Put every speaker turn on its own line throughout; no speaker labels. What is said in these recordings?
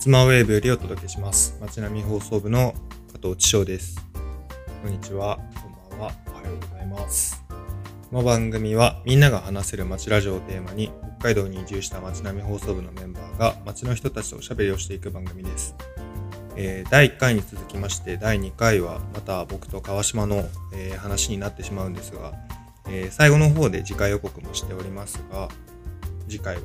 スマウェーブよりお届けします。街並み放送部の加藤千翔です。こんにちは、こんばんは、おはようございます。この番組はみんなが話せる街ラジオをテーマに北海道に移住した街並み放送部のメンバーが街の人たちとおしゃべりをしていく番組です。えー第1回に続きまして第2回はまた僕と川島の、えー話になってしまうんですが、えー最後の方で次回予告もしておりますが次回は、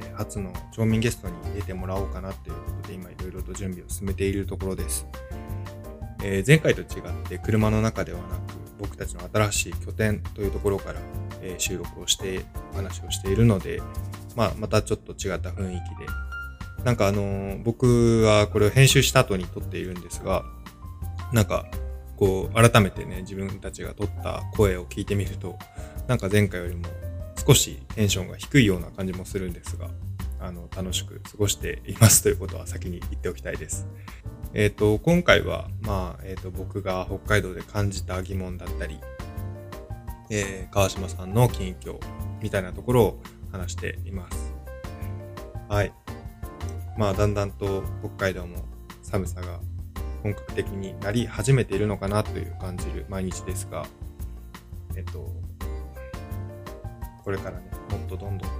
えー初の町民ゲストに出てもらおうかなということで今いろいろと準備を進めているところです、えー前回と違って車の中ではなく僕たちの新しい拠点というところから、えー収録をしてお話をしているので、まあ、またちょっと違った雰囲気でなんかあのー僕はこれを編集した後に撮っているんですが、なんかこう改めてね、自分たちが撮った声を聞いてみると、なんか前回よりも少しテンションが低いような感じもするんですが、あの、楽しく過ごしていますということは先に言っておきたいです。えっ、と、今回は、まあ、えっ、と、僕が北海道で感じた疑問だったり、えー川島さんの近況みたいなところを話しています。はい。まあ、だんだんと北海道も寒さが本格的になり始めているのかなという感じる毎日ですが、えっと、これからね、もっとどんどん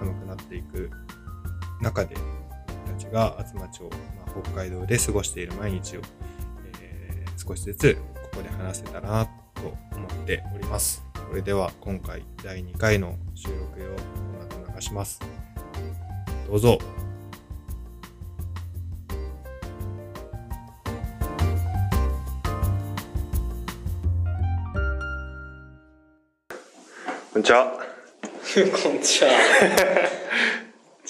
寒くなっていく中で、僕たちが厚真町、まあ、北海道で過ごしている毎日を、えー少しずつここで話せたらなと思っております。それでは今回第2回の収録をこの後流します。どうぞ。こんにちは。
こんにちは。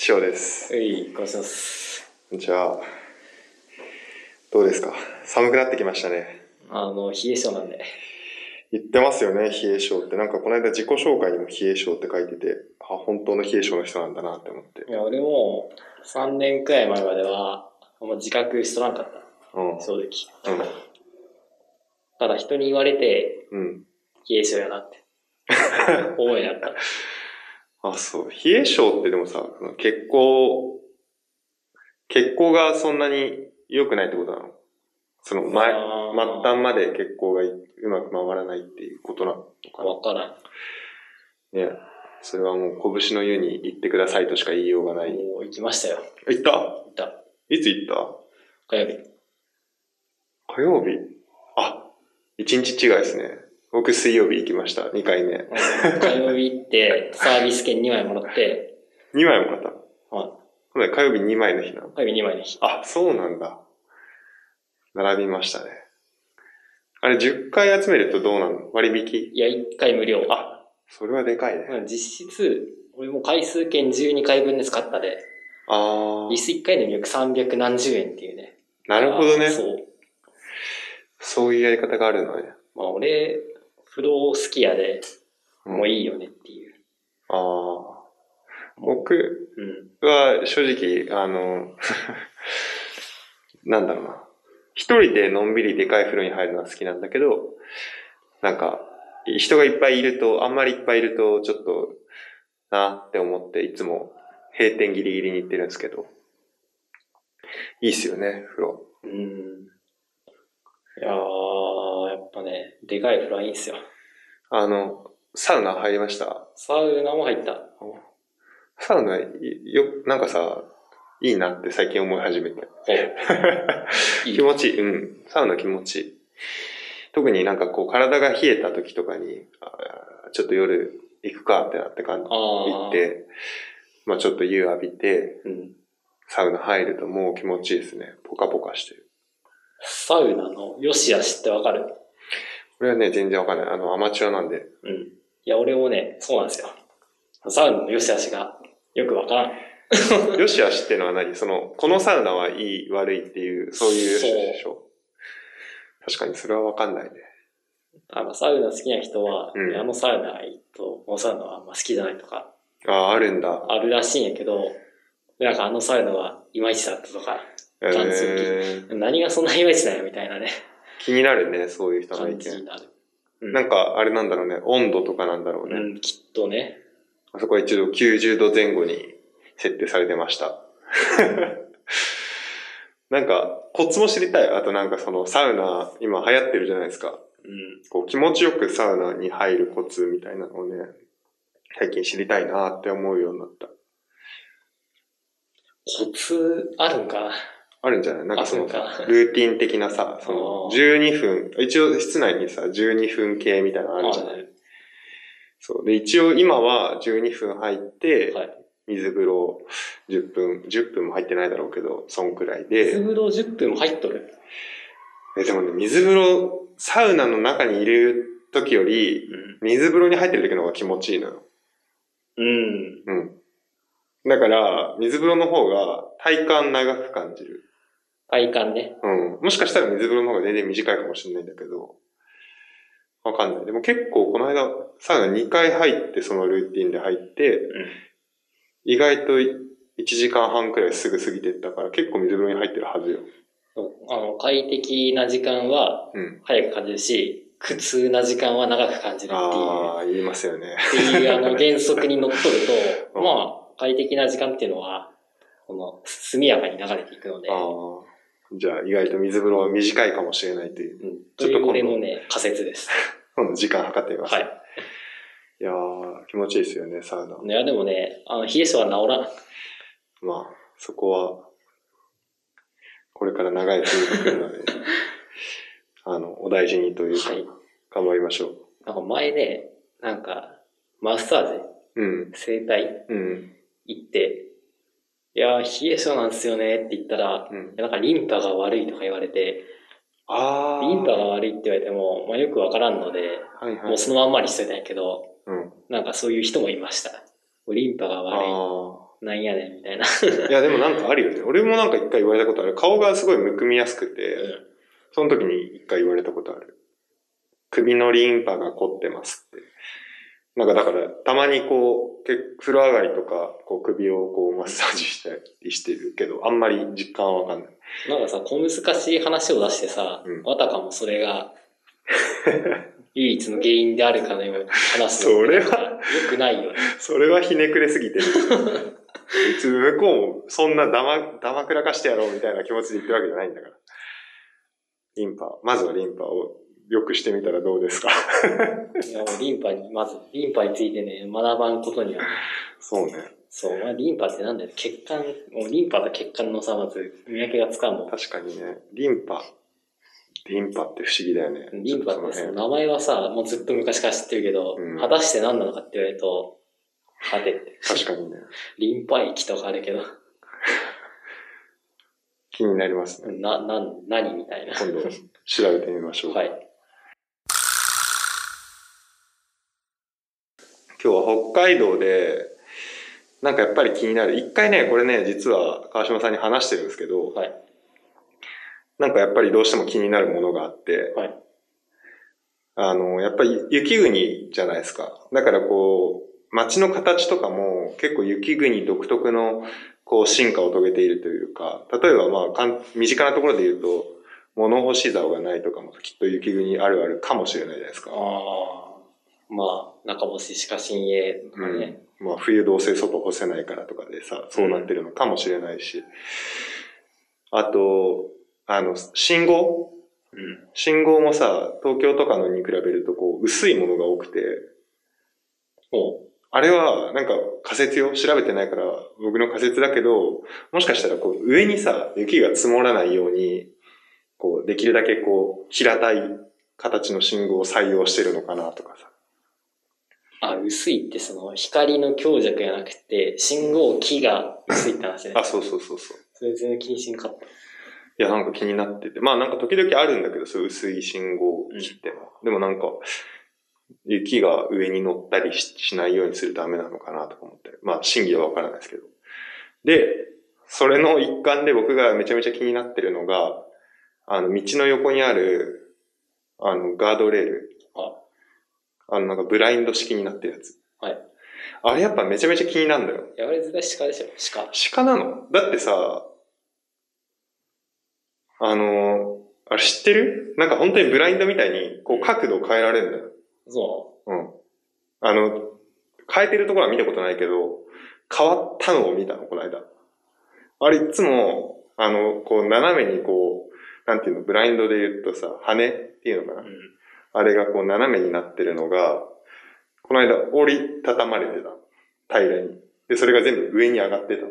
塩です。
うい、こんにちはっす。
こんにちは。どうですか寒くなってきましたね。
あの、冷え性なんで。
言ってますよね、冷え性って。なんかこの間自己紹介にも冷え性って書いてて、あ、本当の冷え性の人なんだなって思って。
いや、俺も、3年くらい前までは、あんま自覚しとらんかっ
うん
た。。正直。
う
ただ人に言われて、
ん。うん。
冷え性や なって。思いになった。
あ、そう。冷え性ってでもさ、血行、血行がそんなに良くないってことなのその前、
あー
末端まで血行がいうまく回らないっていうことなのかな
わからん。
ねそれはもう拳の湯に行ってくださいとしか言いようがない。
もう行きましたよ。
行った
行った。
いつ行っ
火曜日。
た火曜日あ、一日違いですね。僕水曜日行きました。2回目。
火曜日行って、サービス券2枚もらって、
2枚も買った。
はい
ほんで火曜日2枚の日なの。
火曜日2枚の日。
あ、そうなんだ。並びましたね。あれ10回集めるとどうなの割引
いや、1回無料。
あ、それはでかいね。
まあ実質、俺も回数券12回分で使ったで、
あー
椅。子1回で約300何十円っていうね。
なるほどね。
そ
そう
う。
いうやり方があるのね。
まあ俺、不動好きやで、
うん
もういいよねっていう。
あー。僕、
うん。
は正直、あの、 なんだろうな。一人でのんびりでかい風呂に入るのは好きなんだけど、なんか、人がいっぱいいると、あんまりいっぱいいると、ちょっと、なって思って、いつも閉店ギリギリに行ってるんですけど、いいっすよね、風呂。
うん。いやー、やっぱね、でかいフライいいんすよ。
あの、サウナ入りました。
サウナも入った。
サウナ、いよ、なんかさ、いいなって最近思い始めて。
いい
気持ちいい。うん。サウナ気持ちいい。特になんかこう体が冷えた時とかに、あーちょっと夜行くかってなって感じ。行
あー。
って、まあちょっと湯浴びて、
うん。
サウナ入るともう気持ちいいですね。ポカポカしてる。
サウナの良し悪しってわかる
これはね、全然わかんない。あの、アマチュアなんで。
うん。いや、俺もね、そうなんですよ。サウナの良し悪しがよくわからん。
よしあしってのは何その、このサウナはいい、悪いっていう、そういうよしあしでしょ。確かにそれはわかんないね。
あの、サウナ好きな人は、
うん
あのサウナいいと、このサウナはあんま好きじゃないとか、
ああ、あるんだ。
あるらしいんやけど、なんかあのサウナはいまいちだったとか、
え
断水
ー、
何がそんないまいちだよみたいなね、
気になるね、そういう人の意
感じに
見。
なる。
なんか、あれなんだろうね、温度とかなんだろうね。
うん、きっとね。
あそこは一度90度前後に設定されてました。 なんか、コツも知りたい。あとなんかそのサウナ、今流行ってるじゃないですか。
うん。
こう気持ちよくサウナに入るコツみたいなのをね、最近知りたいなって思うようになった。
コツあるんかな
あるんじゃないなんかその
あそうか
ルーティン的なさ、その
あー
12分、一応室内にさ、12分計みたいなのあるじゃない
い。
そう。で、一応今は12分入って、
はい。
水風呂10分、10分も入ってないだろうけど、そんくらいで。
水風呂10分も入っとる。
え、でもね、水風呂、サウナの中にいる時より、水風呂に入ってる時の方が気持ちいいのよ。
うん。
うん。だから、水風呂の方が体感長く感じる。
体感ね。
うん。もしかしたら水風呂の方が全然短いかもしれないんだけど、わかんない。でも結構この間、サウナ2回入って、そのルーティンで入って、
う
意外と1時間半くらいすぐ過ぎてったから、結構水風呂に入ってるはずよ。
ん。あの、快適な時間は
うん。
早く感じるし、苦痛な時間は長く感じるっていう。
ああ、言いますよね。
っていうあの原則にのっとると、
うん
まあ、快適な時間っていうのは、この、速やかに流れていくので、
ああ。じゃあ、意外と水風呂は短いかもしれないという。
うん、
ち
と
ょっと
い
今
う
度
俺のね、仮説です。
今度時間計ってみます。
はい。。
いやー、気持ちいいですよね、サウナ。
いや、でもね、あの、冷え性は治らん。
まあ、そこは、これから長い冬が来るので、あの、お大事にというか、
はい
頑張りましょう。
なんか前ね、なんか、マッサージ、
うん、
整体
うん、
行って、いやー、冷え性なんですよねって言ったら、
うん。
なんかリンパが悪いとか言われて、
あー。
リンパが悪いって言われても、まあよくわからんので、
はいは
も。
いう
そのまんまにしといたんやけど、
うん。
なんかそういう人もいました。リンパが悪い
あ
なんやねんみたいな。
ー。いや、でもなんかあるよね。俺もなんか一回言われたことある。顔がすごいむくみやすくて、その時に一回言われたことある。首のリンパが凝ってますって。なんかだから、たまにこう、け風呂上がりとか、こう首をこうマッサージしたりしてるけど、あんまり実感はわかんない。
なんかさ、小難しい話を出してさ、
うん
あたかもそ れが唯一の原因であるかのように話す
それは
良くないよね。
それはひねくれすぎ てる。別に向こうもそんなだま、だまくらかしてやろうみたいな気持ちで言ってるわけじゃないんだから。リンパ、まずはリンパを良くしてみたらどうです か
いやもうリンパに、まず、リンパについてね、学ばんことには。
そうね。
そう、まあ、リンパってなんだよ。血管、もうリンパと血管のさ、まず見分けがつかんもん。
確かにね、リンパ、リンパって不思議だよね。
リンパ
ちょ
っ
と
て
そ
そ
の辺
の名前はさ、もうずっと昔から知ってるけど、
うん
果たして何なのかって言われると、はてって、
確かにね。
リンパ液とかあるけど、
気になりますね。
な、な、何みたいな。
今度調べてみましょう。
はい。
今日は北海道で、なんかやっぱり気になる。一回ね、これね、実は川島さんに話してるんですけど、
はい。
なんかやっぱりどうしても気になるものがあって、
はい
あの、やっぱり雪国じゃないですか。だからこう、街の形とかも結構雪国独特のこう進化を遂げているというか、例えばまあかん、身近なところで言うと、物干し竿がないとかもきっと雪国あるあるかもしれないじゃないですか。
ああ、まあ、中干ししか新鋭とかね。
まあ、冬どうせ外干せないからとかでさ、そうなってるのかもしれないし。あと、あの、信号
うん。
信号もさ、東京とかのに比べるとこう、薄いものが多くて、
も
あれは、なんか仮説よ。調べてないから、僕の仮説だけど、もしかしたらこう、上にさ、雪が積もらないように、こう、できるだけこう、平たい形の信号を採用してるのかなとかさ。
う、あ、薄いってその、光の強弱じゃなくて、信号機が薄いって話ね。
あ、そうそうそうそう。
それ全然気にしんかった。
いや、なんか気になってて。まあなんか時々あるんだけど、そういう薄い信号切っても。でもなんか、雪が上に乗ったりししないようにするとダメなのかなとか思って。まあ真偽はわからないですけど。で、それの一環で僕がめちゃめちゃ気になってるのが、あの、道の横にある、あの、ガードレール。
あ
あの、なんかブラインド式になってるやつ。
はい。
あれやっぱめちゃめちゃ気になるんだよ。
いやあれ絶対鹿でしょ、鹿。
鹿なのだってさ、あのー、あれ知ってるなんか本当にブラインドみたいに、こう角度変えられるんだよ。
そ
うん。あの、変えてるところは見たことないけど、変わったのを見たの、この間。あれいつも、あの、こう、斜めにこう、なんていうの、ブラインドで言うとさ、羽っていうのかな、あれがこう、斜めになってるのが、この間、折りたたまれてた。平らに。で、それが全部上に上がってた。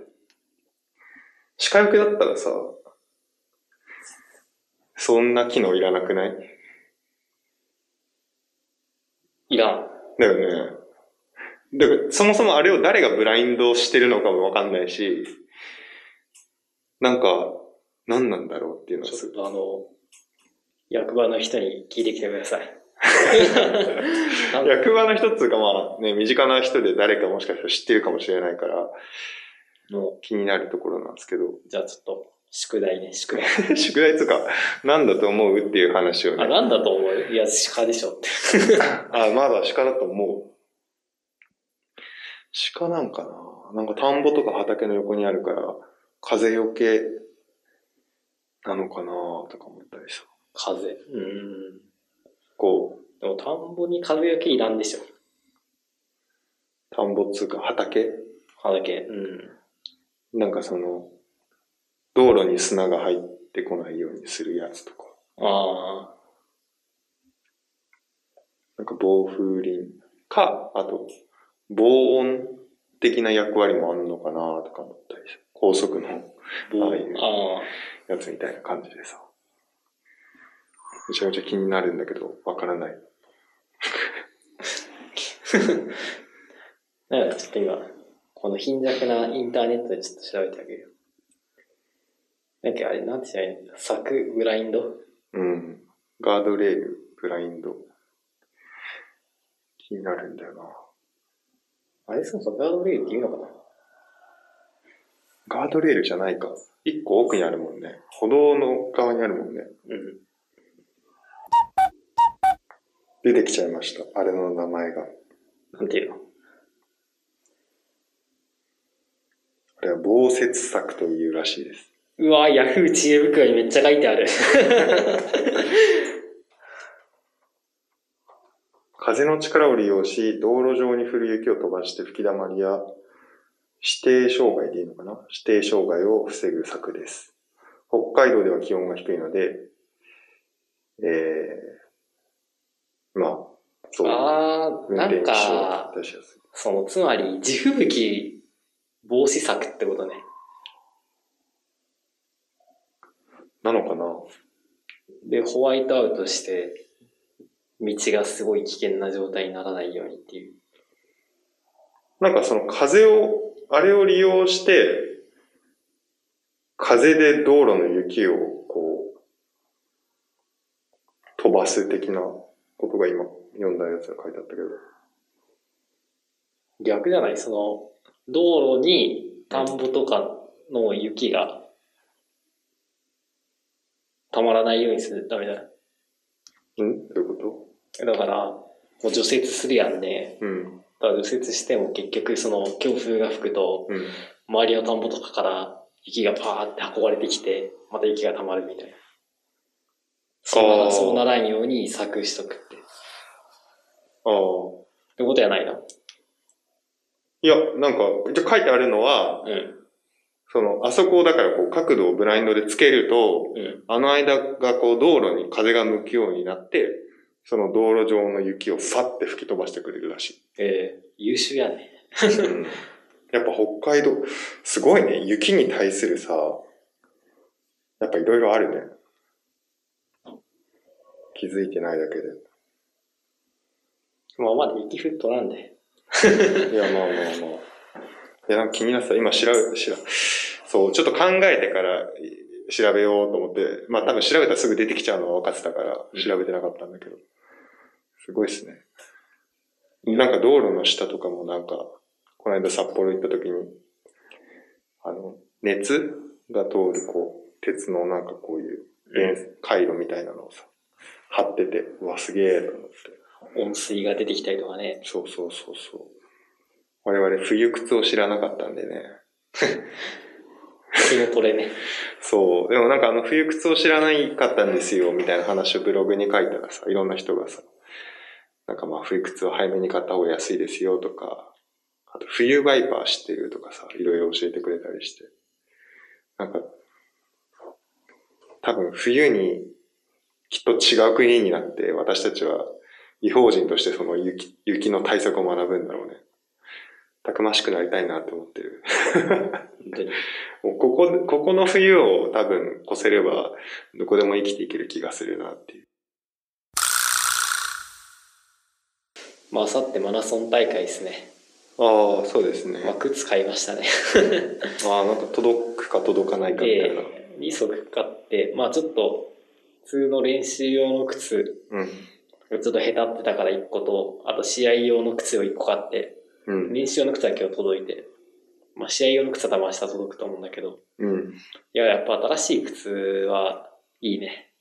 視界良くなったらさ、そんな機能いらなくない
いらん。
だよね。だから、そもそもあれを誰がブラインドしてるのかもわかんないし、なんか、何なんだろうっていうのは
ち
す
ょっ
ごい
とあの、役場の人に聞いてきてください。なんか
役場の人っていうかまあね、身近な人で誰かもしかしたら知ってるかもしれないから、
の
気になるところなんですけど、
じゃあちょっと、宿題ね、宿題。
宿題とか、何だと思うっていう話をね。
あ、なんだと思ういや、鹿でしょって。
あ、まだ鹿だと思う。鹿なんかななんか田んぼとか畑の横にあるから、風よけなのかなとか思ったりさ。
風。うん。
こう、
でも田んぼに風よけいらんでしょ。
田んぼっつうか畑
畑。うん。
なんかその、道路に砂が入ってこないようにするやつとか。
ああ。
なんか防風林か、あと、防音的な役割もあるのかなとか思ったりさ。高速のああいう
ああ。
やつみたいな感じでさ。めちゃめちゃ気になるんだけど、わからない。
だからちょっと今、この貧弱なインターネットでちょっと調べてあげるよ。なんかあれ、なんて言うんだ柵、ブラインド
うん。ガードレール、ブラインド。気になるんだよな。
あれ、そうそう、ガードレールって言うのかな
ガードレールじゃないか。一個奥にあるもんね。歩道の側にあるもんね。
うん。
出てきちゃいました。あれの名前が。
なんていうの
あれは防雪柵というらしいです。
うわヤフー知恵袋にめっちゃ書いてある。
風の力を利用し、道路上に降る雪を飛ばして吹き溜まりや、指定障害でいいのかな指定障害を防ぐ策です。北海道では気温が低いので、えー、まあ、そう、
あー、
運
な
転
ん
手を
か、
出しやすい。
その、つまり、地吹雪防止策ってことね。
なのかな
で、ホワイトアウトして、道がすごい危険な状態にならないようにっていう。
なんかその風を、あれを利用して、風で道路の雪をこう、飛ばす的なことが今読んだやつが書いてあったけど。
逆じゃないその、道路に田んぼとかの雪が、たまらないようにするためだ。
んどういうこ
だから、もう除雪するやんね。
とうん。
だから除雪しても結局、その、強風が吹くと、
うん。
周りの田んぼとかから雪がパーって運ばれてきて、また雪が溜まるみたいな。そう
あ
な
ー
らそうならんように策しとくって。っ
ああ。
てことやないの。
いや、なんか、じゃあ書いてあるのは、
うん。
その、あそこをだからこう角度をブラインドでつけると、
うん。
あの間がこう道路に風が向くようになって、その道路上の雪をファって吹き飛ばしてくれるらしい。
えー、優秀やね。
うんやっぱ北海道、すごいね。雪に対するさ、やっぱいろいろあるね。気づいてないだけで。
まあまだ雪降っとらんで。
いや、まあまあまあ。いや、なんか気になってた。今調べ、調べ、そう、ちょっと考えてからい調べようと思って、まあ多分調べたらすぐ出てきちゃうのは分かってたから、調べてなかったんだけど。すごいっすね。なんか道路の下とかもなんか、この間札幌行った時に、あの、熱が通るこう、鉄のなんかこういう電、回路みたいなのをさ、貼ってて、うわ、すげえと思って。
温水が出てきたりとかね。
そうそうそうそう。我々冬靴を知らなかったんでね。
気のトレね。
そう。でもなんかあの冬靴を知らないかったんですよ、みたいな話をブログに書いたらさ、いろんな人がさ、なんかまあ冬靴は早めに買った方が安いですよとか、あと冬バイパー知ってるとかさ、いろいろ教えてくれたりして。なんか、
多分冬にきっと違う国になって私たちは違法人としてその雪雪の対策を学ぶんだろうね。たくましくなりたいなと思ってる。
本当に。
もうここ、ここの冬を多分越せればどこでも生きていける気がするなっていう。
まあ、あさってマラソン大会ですね。
ああ、そうですね。
まあ、靴買いましたね。
ああ、なんか届くか届かないかみたいな。
で、2足買って、まあちょっと、普通の練習用の靴、
う
ち
ん。
ょっと下手ってたから1個と、あと試合用の靴を1個買って、
うん。
練習用の靴は今日届いて、まあ試合用の靴は多分明日届くと思うんだけど、
うん。
いや、やっぱ新しい靴はいいね。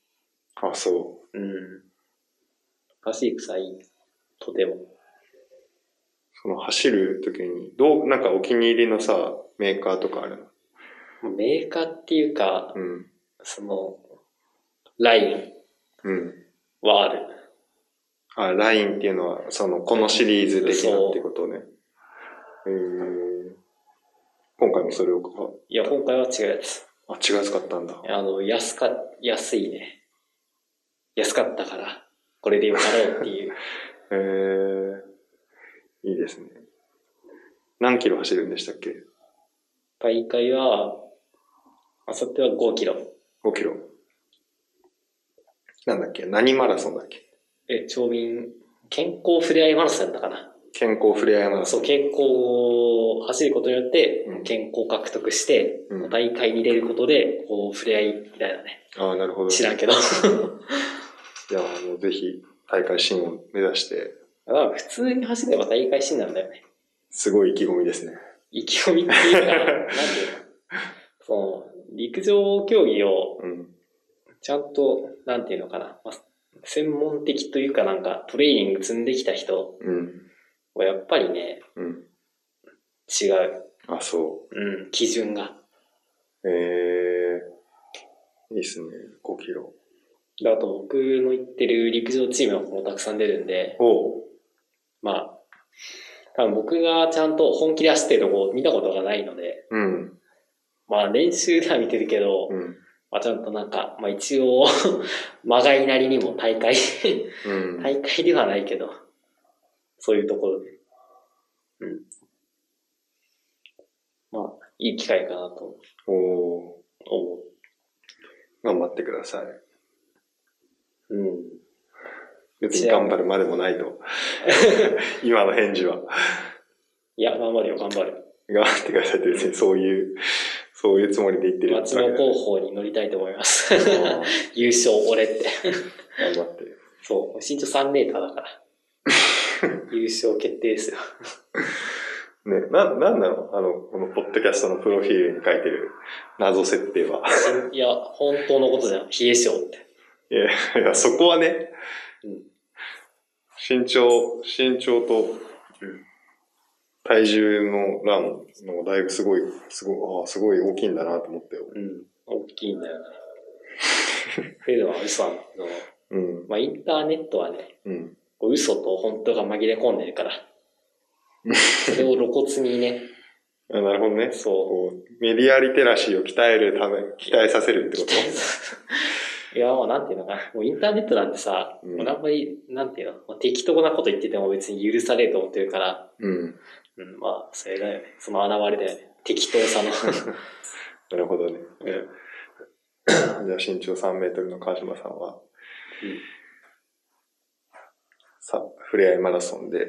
あ、そ
うん。新しい靴はいい。とても。
う。その走るときに、どう、なんかお気に入りのさ、メーカーとかあるの
メーカーっていうか、
うん。
その、ライン
うん。
はある。
あ、ラインっていうのは、その、このシリーズ的なってことね。えー、今回もそれをか、
いや、今回は違うやつ。
あ、違うやつ買ったんだ。
あの、安か、安いね。安かったから、これでよかろうって いう。
えー、いいですね。何キロ走るんでしたっけ
大会は、あさっては5キロ。
?5 キロ。なんだっけ何マラソンだっけ
え、町民、健康ふれあいマラソンやったかな。
健康ふれあいマラ
そ
ソン。
う、健康を走ることによって
うん、
健
健
康を獲得して、
うん
大会に出ることで、こう、ふれあいみたいなね。
ああ、なるほど。
知らんけど。
いや、もうぜひ、大会新を目指して、
だから普通に走れば大会新なんだよね。
すごい意気込みですね。
意気込みっていう か、なんていうのその、陸上競技を
うん。
ちゃんと、なんていうのかな、まあ、専門的というかなんか、トレーニング積んできた人
うん。
はやっぱりね、
うん。
違う。
あ、そう。
うん、基準が。
ええいいっすね、5キロ。
であと僕の言ってる陸上チームの子もたくさん出るんで、
おう
まあ、多分僕がちゃんと本気で走ってるとこを見たことがないので、
うん。
まあ練習では見てるけど、
うん。
まあちゃんとなんか、まあ一応、 まがいなりにも大会、
うん。
大会ではないけど、そういうところで。うん。まあ、いい機会かなと
おお
思
う頑張ってください。
う。うん。
別に頑張るまでもないと。 今の返事は。
いや、頑張るよ、頑張る。
頑張ってくださいって別にそういう、そういうつもりで言ってる
松野候補に乗りたいと思います。
頑
優勝、俺って。
張って。
そう、身長3メーターだから。優勝決定ですよ。
ね、な、なんなのあの、このポッドキャストのプロフィールに書いてる謎設定は。
いや、本当のことじゃん。冷え性って。
いや、いやそこはね、
うん
身長、身長と、体重の欄もだいぶすごい、すごい、ああ、すごい大きいんだなと思ったよ。
うん。大きいんだよね。っていうのは嘘なんだけど、
うん、
まあインターネットはね、
うん、
こう嘘と本当が紛れ込んでるから。それを露骨に ね、
あなるほどね。
そ
こう、メディアリテラシーを鍛えるため、鍛えさせるって
う。
こ
いや、もうなんていうのかな。もうインターネットなんてさ、
うん
もうあんまり、なんていうの、まあ、適当なこと言ってても別に許されると思ってるから、
とうん。
うん、まあ、それだよね。その現れだよね。適当 さの。
なるほどね。
うん。うん
じゃあ身長3メートルの川島さんは、さ、ふれあいマラソンで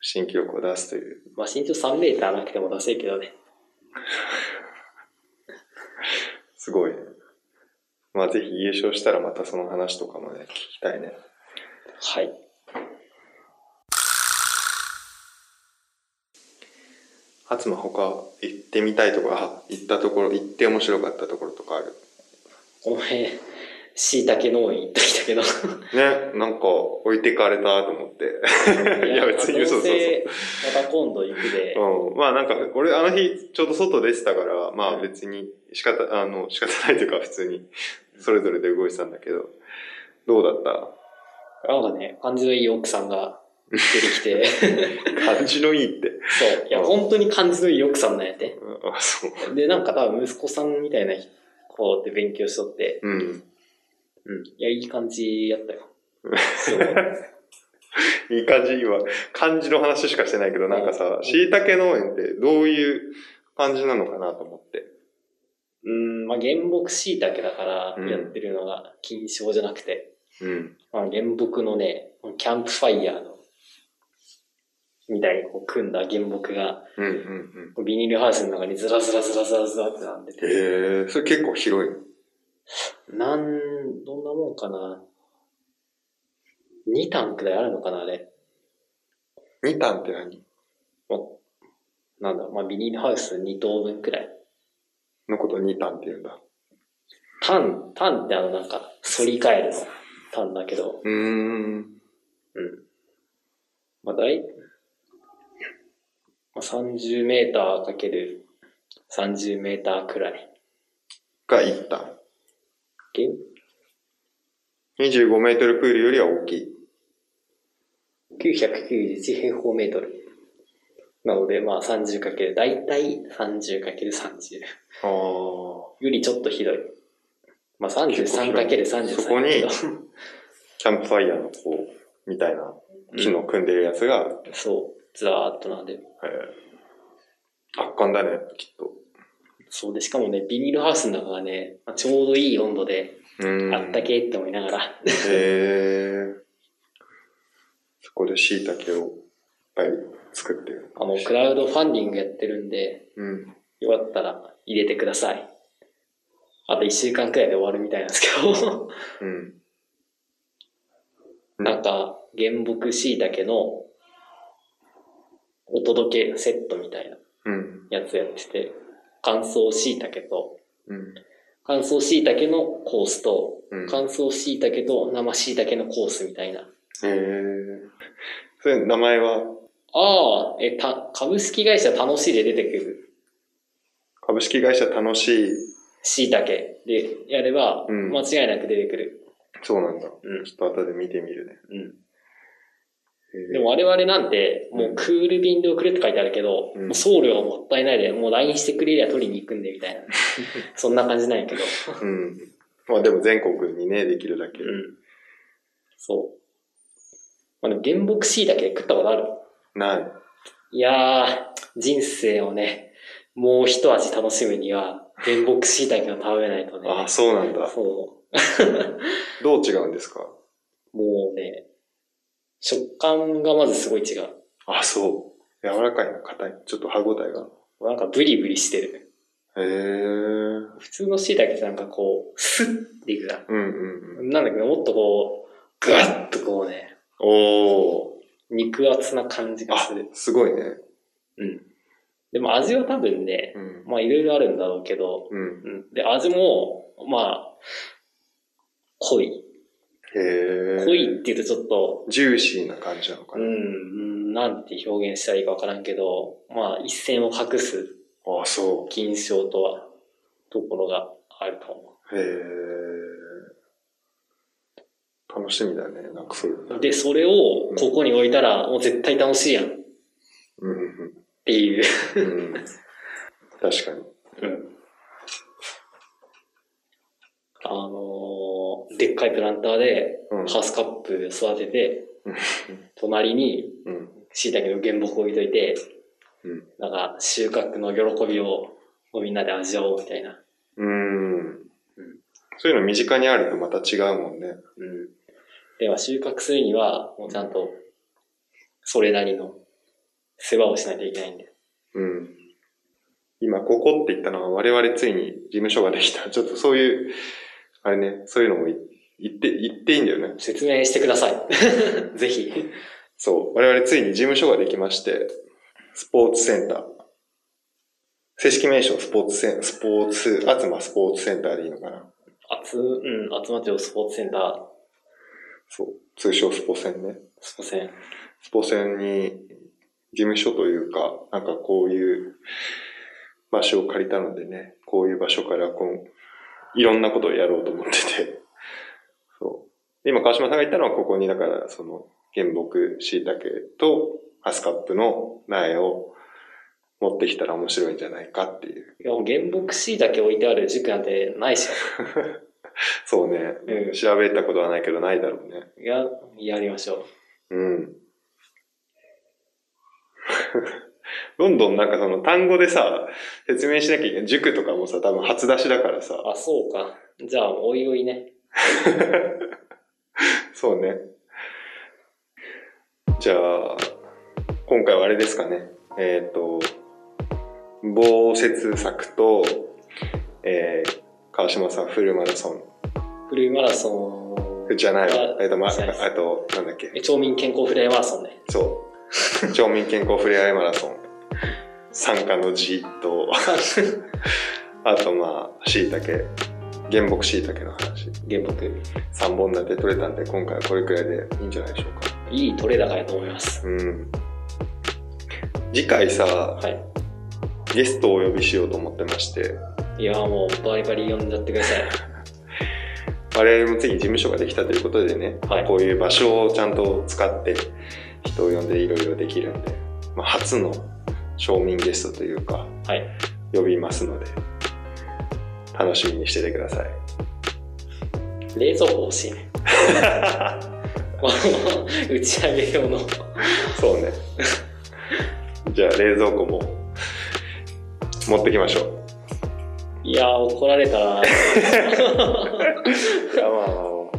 新記録を出すという。
まあ、身長3メーターなくても出せるけどね。
すごいね。まあぜひ優勝したらまたその話とかもね、聞きたいね。
はい。
あつま他行ってみたいとこ、あ行ったところ、行って面白かったところとかある。
この辺、椎茸農園行ってきたけど。
ね、なんか置いてかれたと思って。いや別に嘘
どう
嘘嘘
せまた今度行くで。
うん。まあなんか、俺あの日ちょうど外出てたから、まあ別に仕方、あの、仕方ないというか普通にそれぞれで動いてたんだけど、どうだっ
なんかね、感じのいい奥さんが出てきて、
た感じのいいって。
そう。いや、本当に感じのいい奥さんなんやって。
うんあ、そう。
で、なんか多分息子さんみたいなこうって勉強しとって、
うん。
いや、いい感じやったよ。そう。
いい感じ、今、漢字の話しかしてないけど、 なんかさ、椎茸農園ってどういう感じなのかなと思って。
うん、まあ、原木椎茸だから
うん
やってるのが金賞じゃなくて、
うん。
まあ、原木のね、キャンプファイヤーの、みたいにこう組んだ原木が、
うんうんうん。
ビニールハウスの中にずらずらずらずらずらってなんで
へえ
て、
ー、それ結構広いの。
なん、どんなもんかな。2タンくらいあるのかな、あれ。
2単って何
もうなんだろう、まあ、ビニールハウス2等分くらい。
のこと2単って言うんだ。
タン、タンってあのなんか、反り返るの。タンだけど、
うーん。
うん。まあ、大、まあ、30メーターかける30メーターくらい。
が1単。
げ
25メートルプールよりは大きい。
991平方メートル。なので、まあ30かける、だいたい30かける30。
ああ。
よりちょっとひどい。まあ33かける33。
そこに、キャンプファイヤーのこう、みたいな木の組んでるやつが、
そう、ずらーっとなんで。
えー圧巻だね、きっと。
そうで、しかもね、ビニールハウスの中がね、まあちょうどいい温度で、
うーん。
あったけって思いながら、
へえ。そこで椎茸をいっぱい作ってる。
あの、クラウドファンディングやってるんで、
うん。
よかったら入れてください。あと1週間くらいで終わるみたいなんですけ ど、
うん。
なんか、原木椎茸のお届けセットみたいな
うん。
やつやってて、乾燥椎茸と、
うん。
乾燥椎茸のコースと、
うん
乾燥椎茸と生椎茸のコースみたいな。
へえ。それ、名前は
ああ、え、た、株式会社楽しいで出てくる
株式会社楽しい。
椎茸でやれば、
うん
間違いなく出てくる。
そうなんだ。
うん
ちょっと後で見てみるね。
うん。
へー
でも我々なんて、もうクール便で送るって書いてあるけど、
うん
もう送料がもったいないで、もう LINE してくれりゃ取りに行くんで、み たいな。そんな感じなんやけど。
うん。まあでも全国にね、できるだけ。
うん。そう。まあでも原木椎茸食ったことある
ない。
いやー、人生をね、もう一味楽しむには、原木椎茸を食べないとね。
あ、そうなんだ。
そ
どう違うんですか
う。 もうね、食感がまずすごい違う。
あ、そう。柔らかいの硬い。ちょっと歯ごたえが。
なんかブリブリしてる。
へえ。うん
普通の椎茸ってなんかこう、スッていくじゃん。
うんうん。
なんだけど、もっとこう、ぐわっとこうね、
おー。
肉厚な感じが
あ
する。、
すごいね。
うん。でも味は多分ね、
うん。
まあいろいろあるんだろうけど、
うん。
うん。で、味も、まあ、濃い。
へえ。
濃いって言うとちょっと、
ジューシーな感じなのか
う
な。
ん、なんて表現したらいいかわからんけど、まあ一線を隠す
あ、そ
金賞とは、ところがあると思
う。へえ。楽しみだね。なんかそういうの
う。で、それをここに置いたら、もう絶対楽しいやんっ
うんうん
ていう。
うん。うん確かに。
うんあのーでっかいプランターで
うん。
ハウスカップ育てて
うん、
隣に
うん。
椎茸の原木を置いといて、
うん
なんか収穫の喜びをみんなで味わおうみたいな。
うん。そういうの身近にあるとまた違うもんね。
うん。では収穫するには、もうちゃんと、それなりの世話をしないといけないんで。
うん。今、ここって言ったのは我々ついに事務所ができた。ちょっ とそういう、あれね、そういうのもい言って、言っていいんだよね。
説明してください。 ぜひ。
そう、我々ついに事務所ができまして、スポーツセンター。正式名称、スポーツセン、スポーツ、あつまスポーツセンターでいいのかな。
あつ、うん、集まってよスポーツセンター、
そう、通称スポセンね。
すいません。
スポセンに事務所というか、なんかこういう場所を借りたのでね、こういう場所からこう、いろんなことをやろうと思ってて。 そう。今川島さんが言ったのはここに、だからその原木、椎茸とハスカップの苗を持ってきたら面白いんじゃないかっていう。
いや、もう原木 C だけ置いてある塾なんてないっし
そうね、
うん
調べたことはないけどないだろうね。
ょ。いや、やりましょう。
うん。どんどんなんかその単語でさ、説明しなきゃいけない。塾とかもさ、多分初出しだからさ。
あ、そうか。じゃあ、おいおいね。
そうね。じゃあ、今回はあれですかね。えっ、と、防雪策と、えー、川島さんフルマラソ
フルマラソ
ン、
ン。
じゃないわ
あ。
えっと、ま、あ
じゃない
と、なんだっけ。
え町民健康フレアマラソンね。
そう。 町民健康ふれあいマラソン。参加の G と、あとまあ、椎茸、原木椎茸の話。
原木。
3本立て取れたんで、今回はこれくらいでいいんじゃないでしょうか。
いいトレーダーかやと思います。
うん。次回さ、
は
ゲストをお呼びしようと思ってまして、
い。いや、もう、バリバリ呼んじゃってください。
我々もついに事務所ができたということでね、
はい
こういう場所をちゃんと使って人を呼んでいろいろできるんで、まあ、初の庶民ゲストというか、
はい。
呼びますので、楽しみにしててください。
冷蔵庫欲しいね。 打ち上げ用の。
そうね。 じゃあ冷蔵庫も持ってきましょう。
いや、怒られたな。
いやまあまあまあ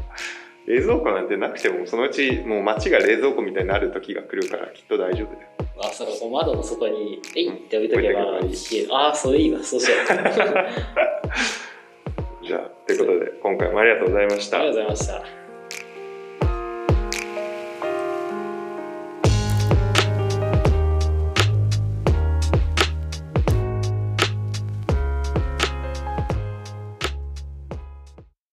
冷蔵庫なんてなくてもそのうちもう街が冷蔵庫みたいになる時が来るからきっと大丈夫だよ
あ、そうか、こう窓の外に、えいって置いとけば、
置いとけばいい
消えるああ、それいいわ、そうしよう。ありが
じゃあということで今回もありがとうございました
とうございました。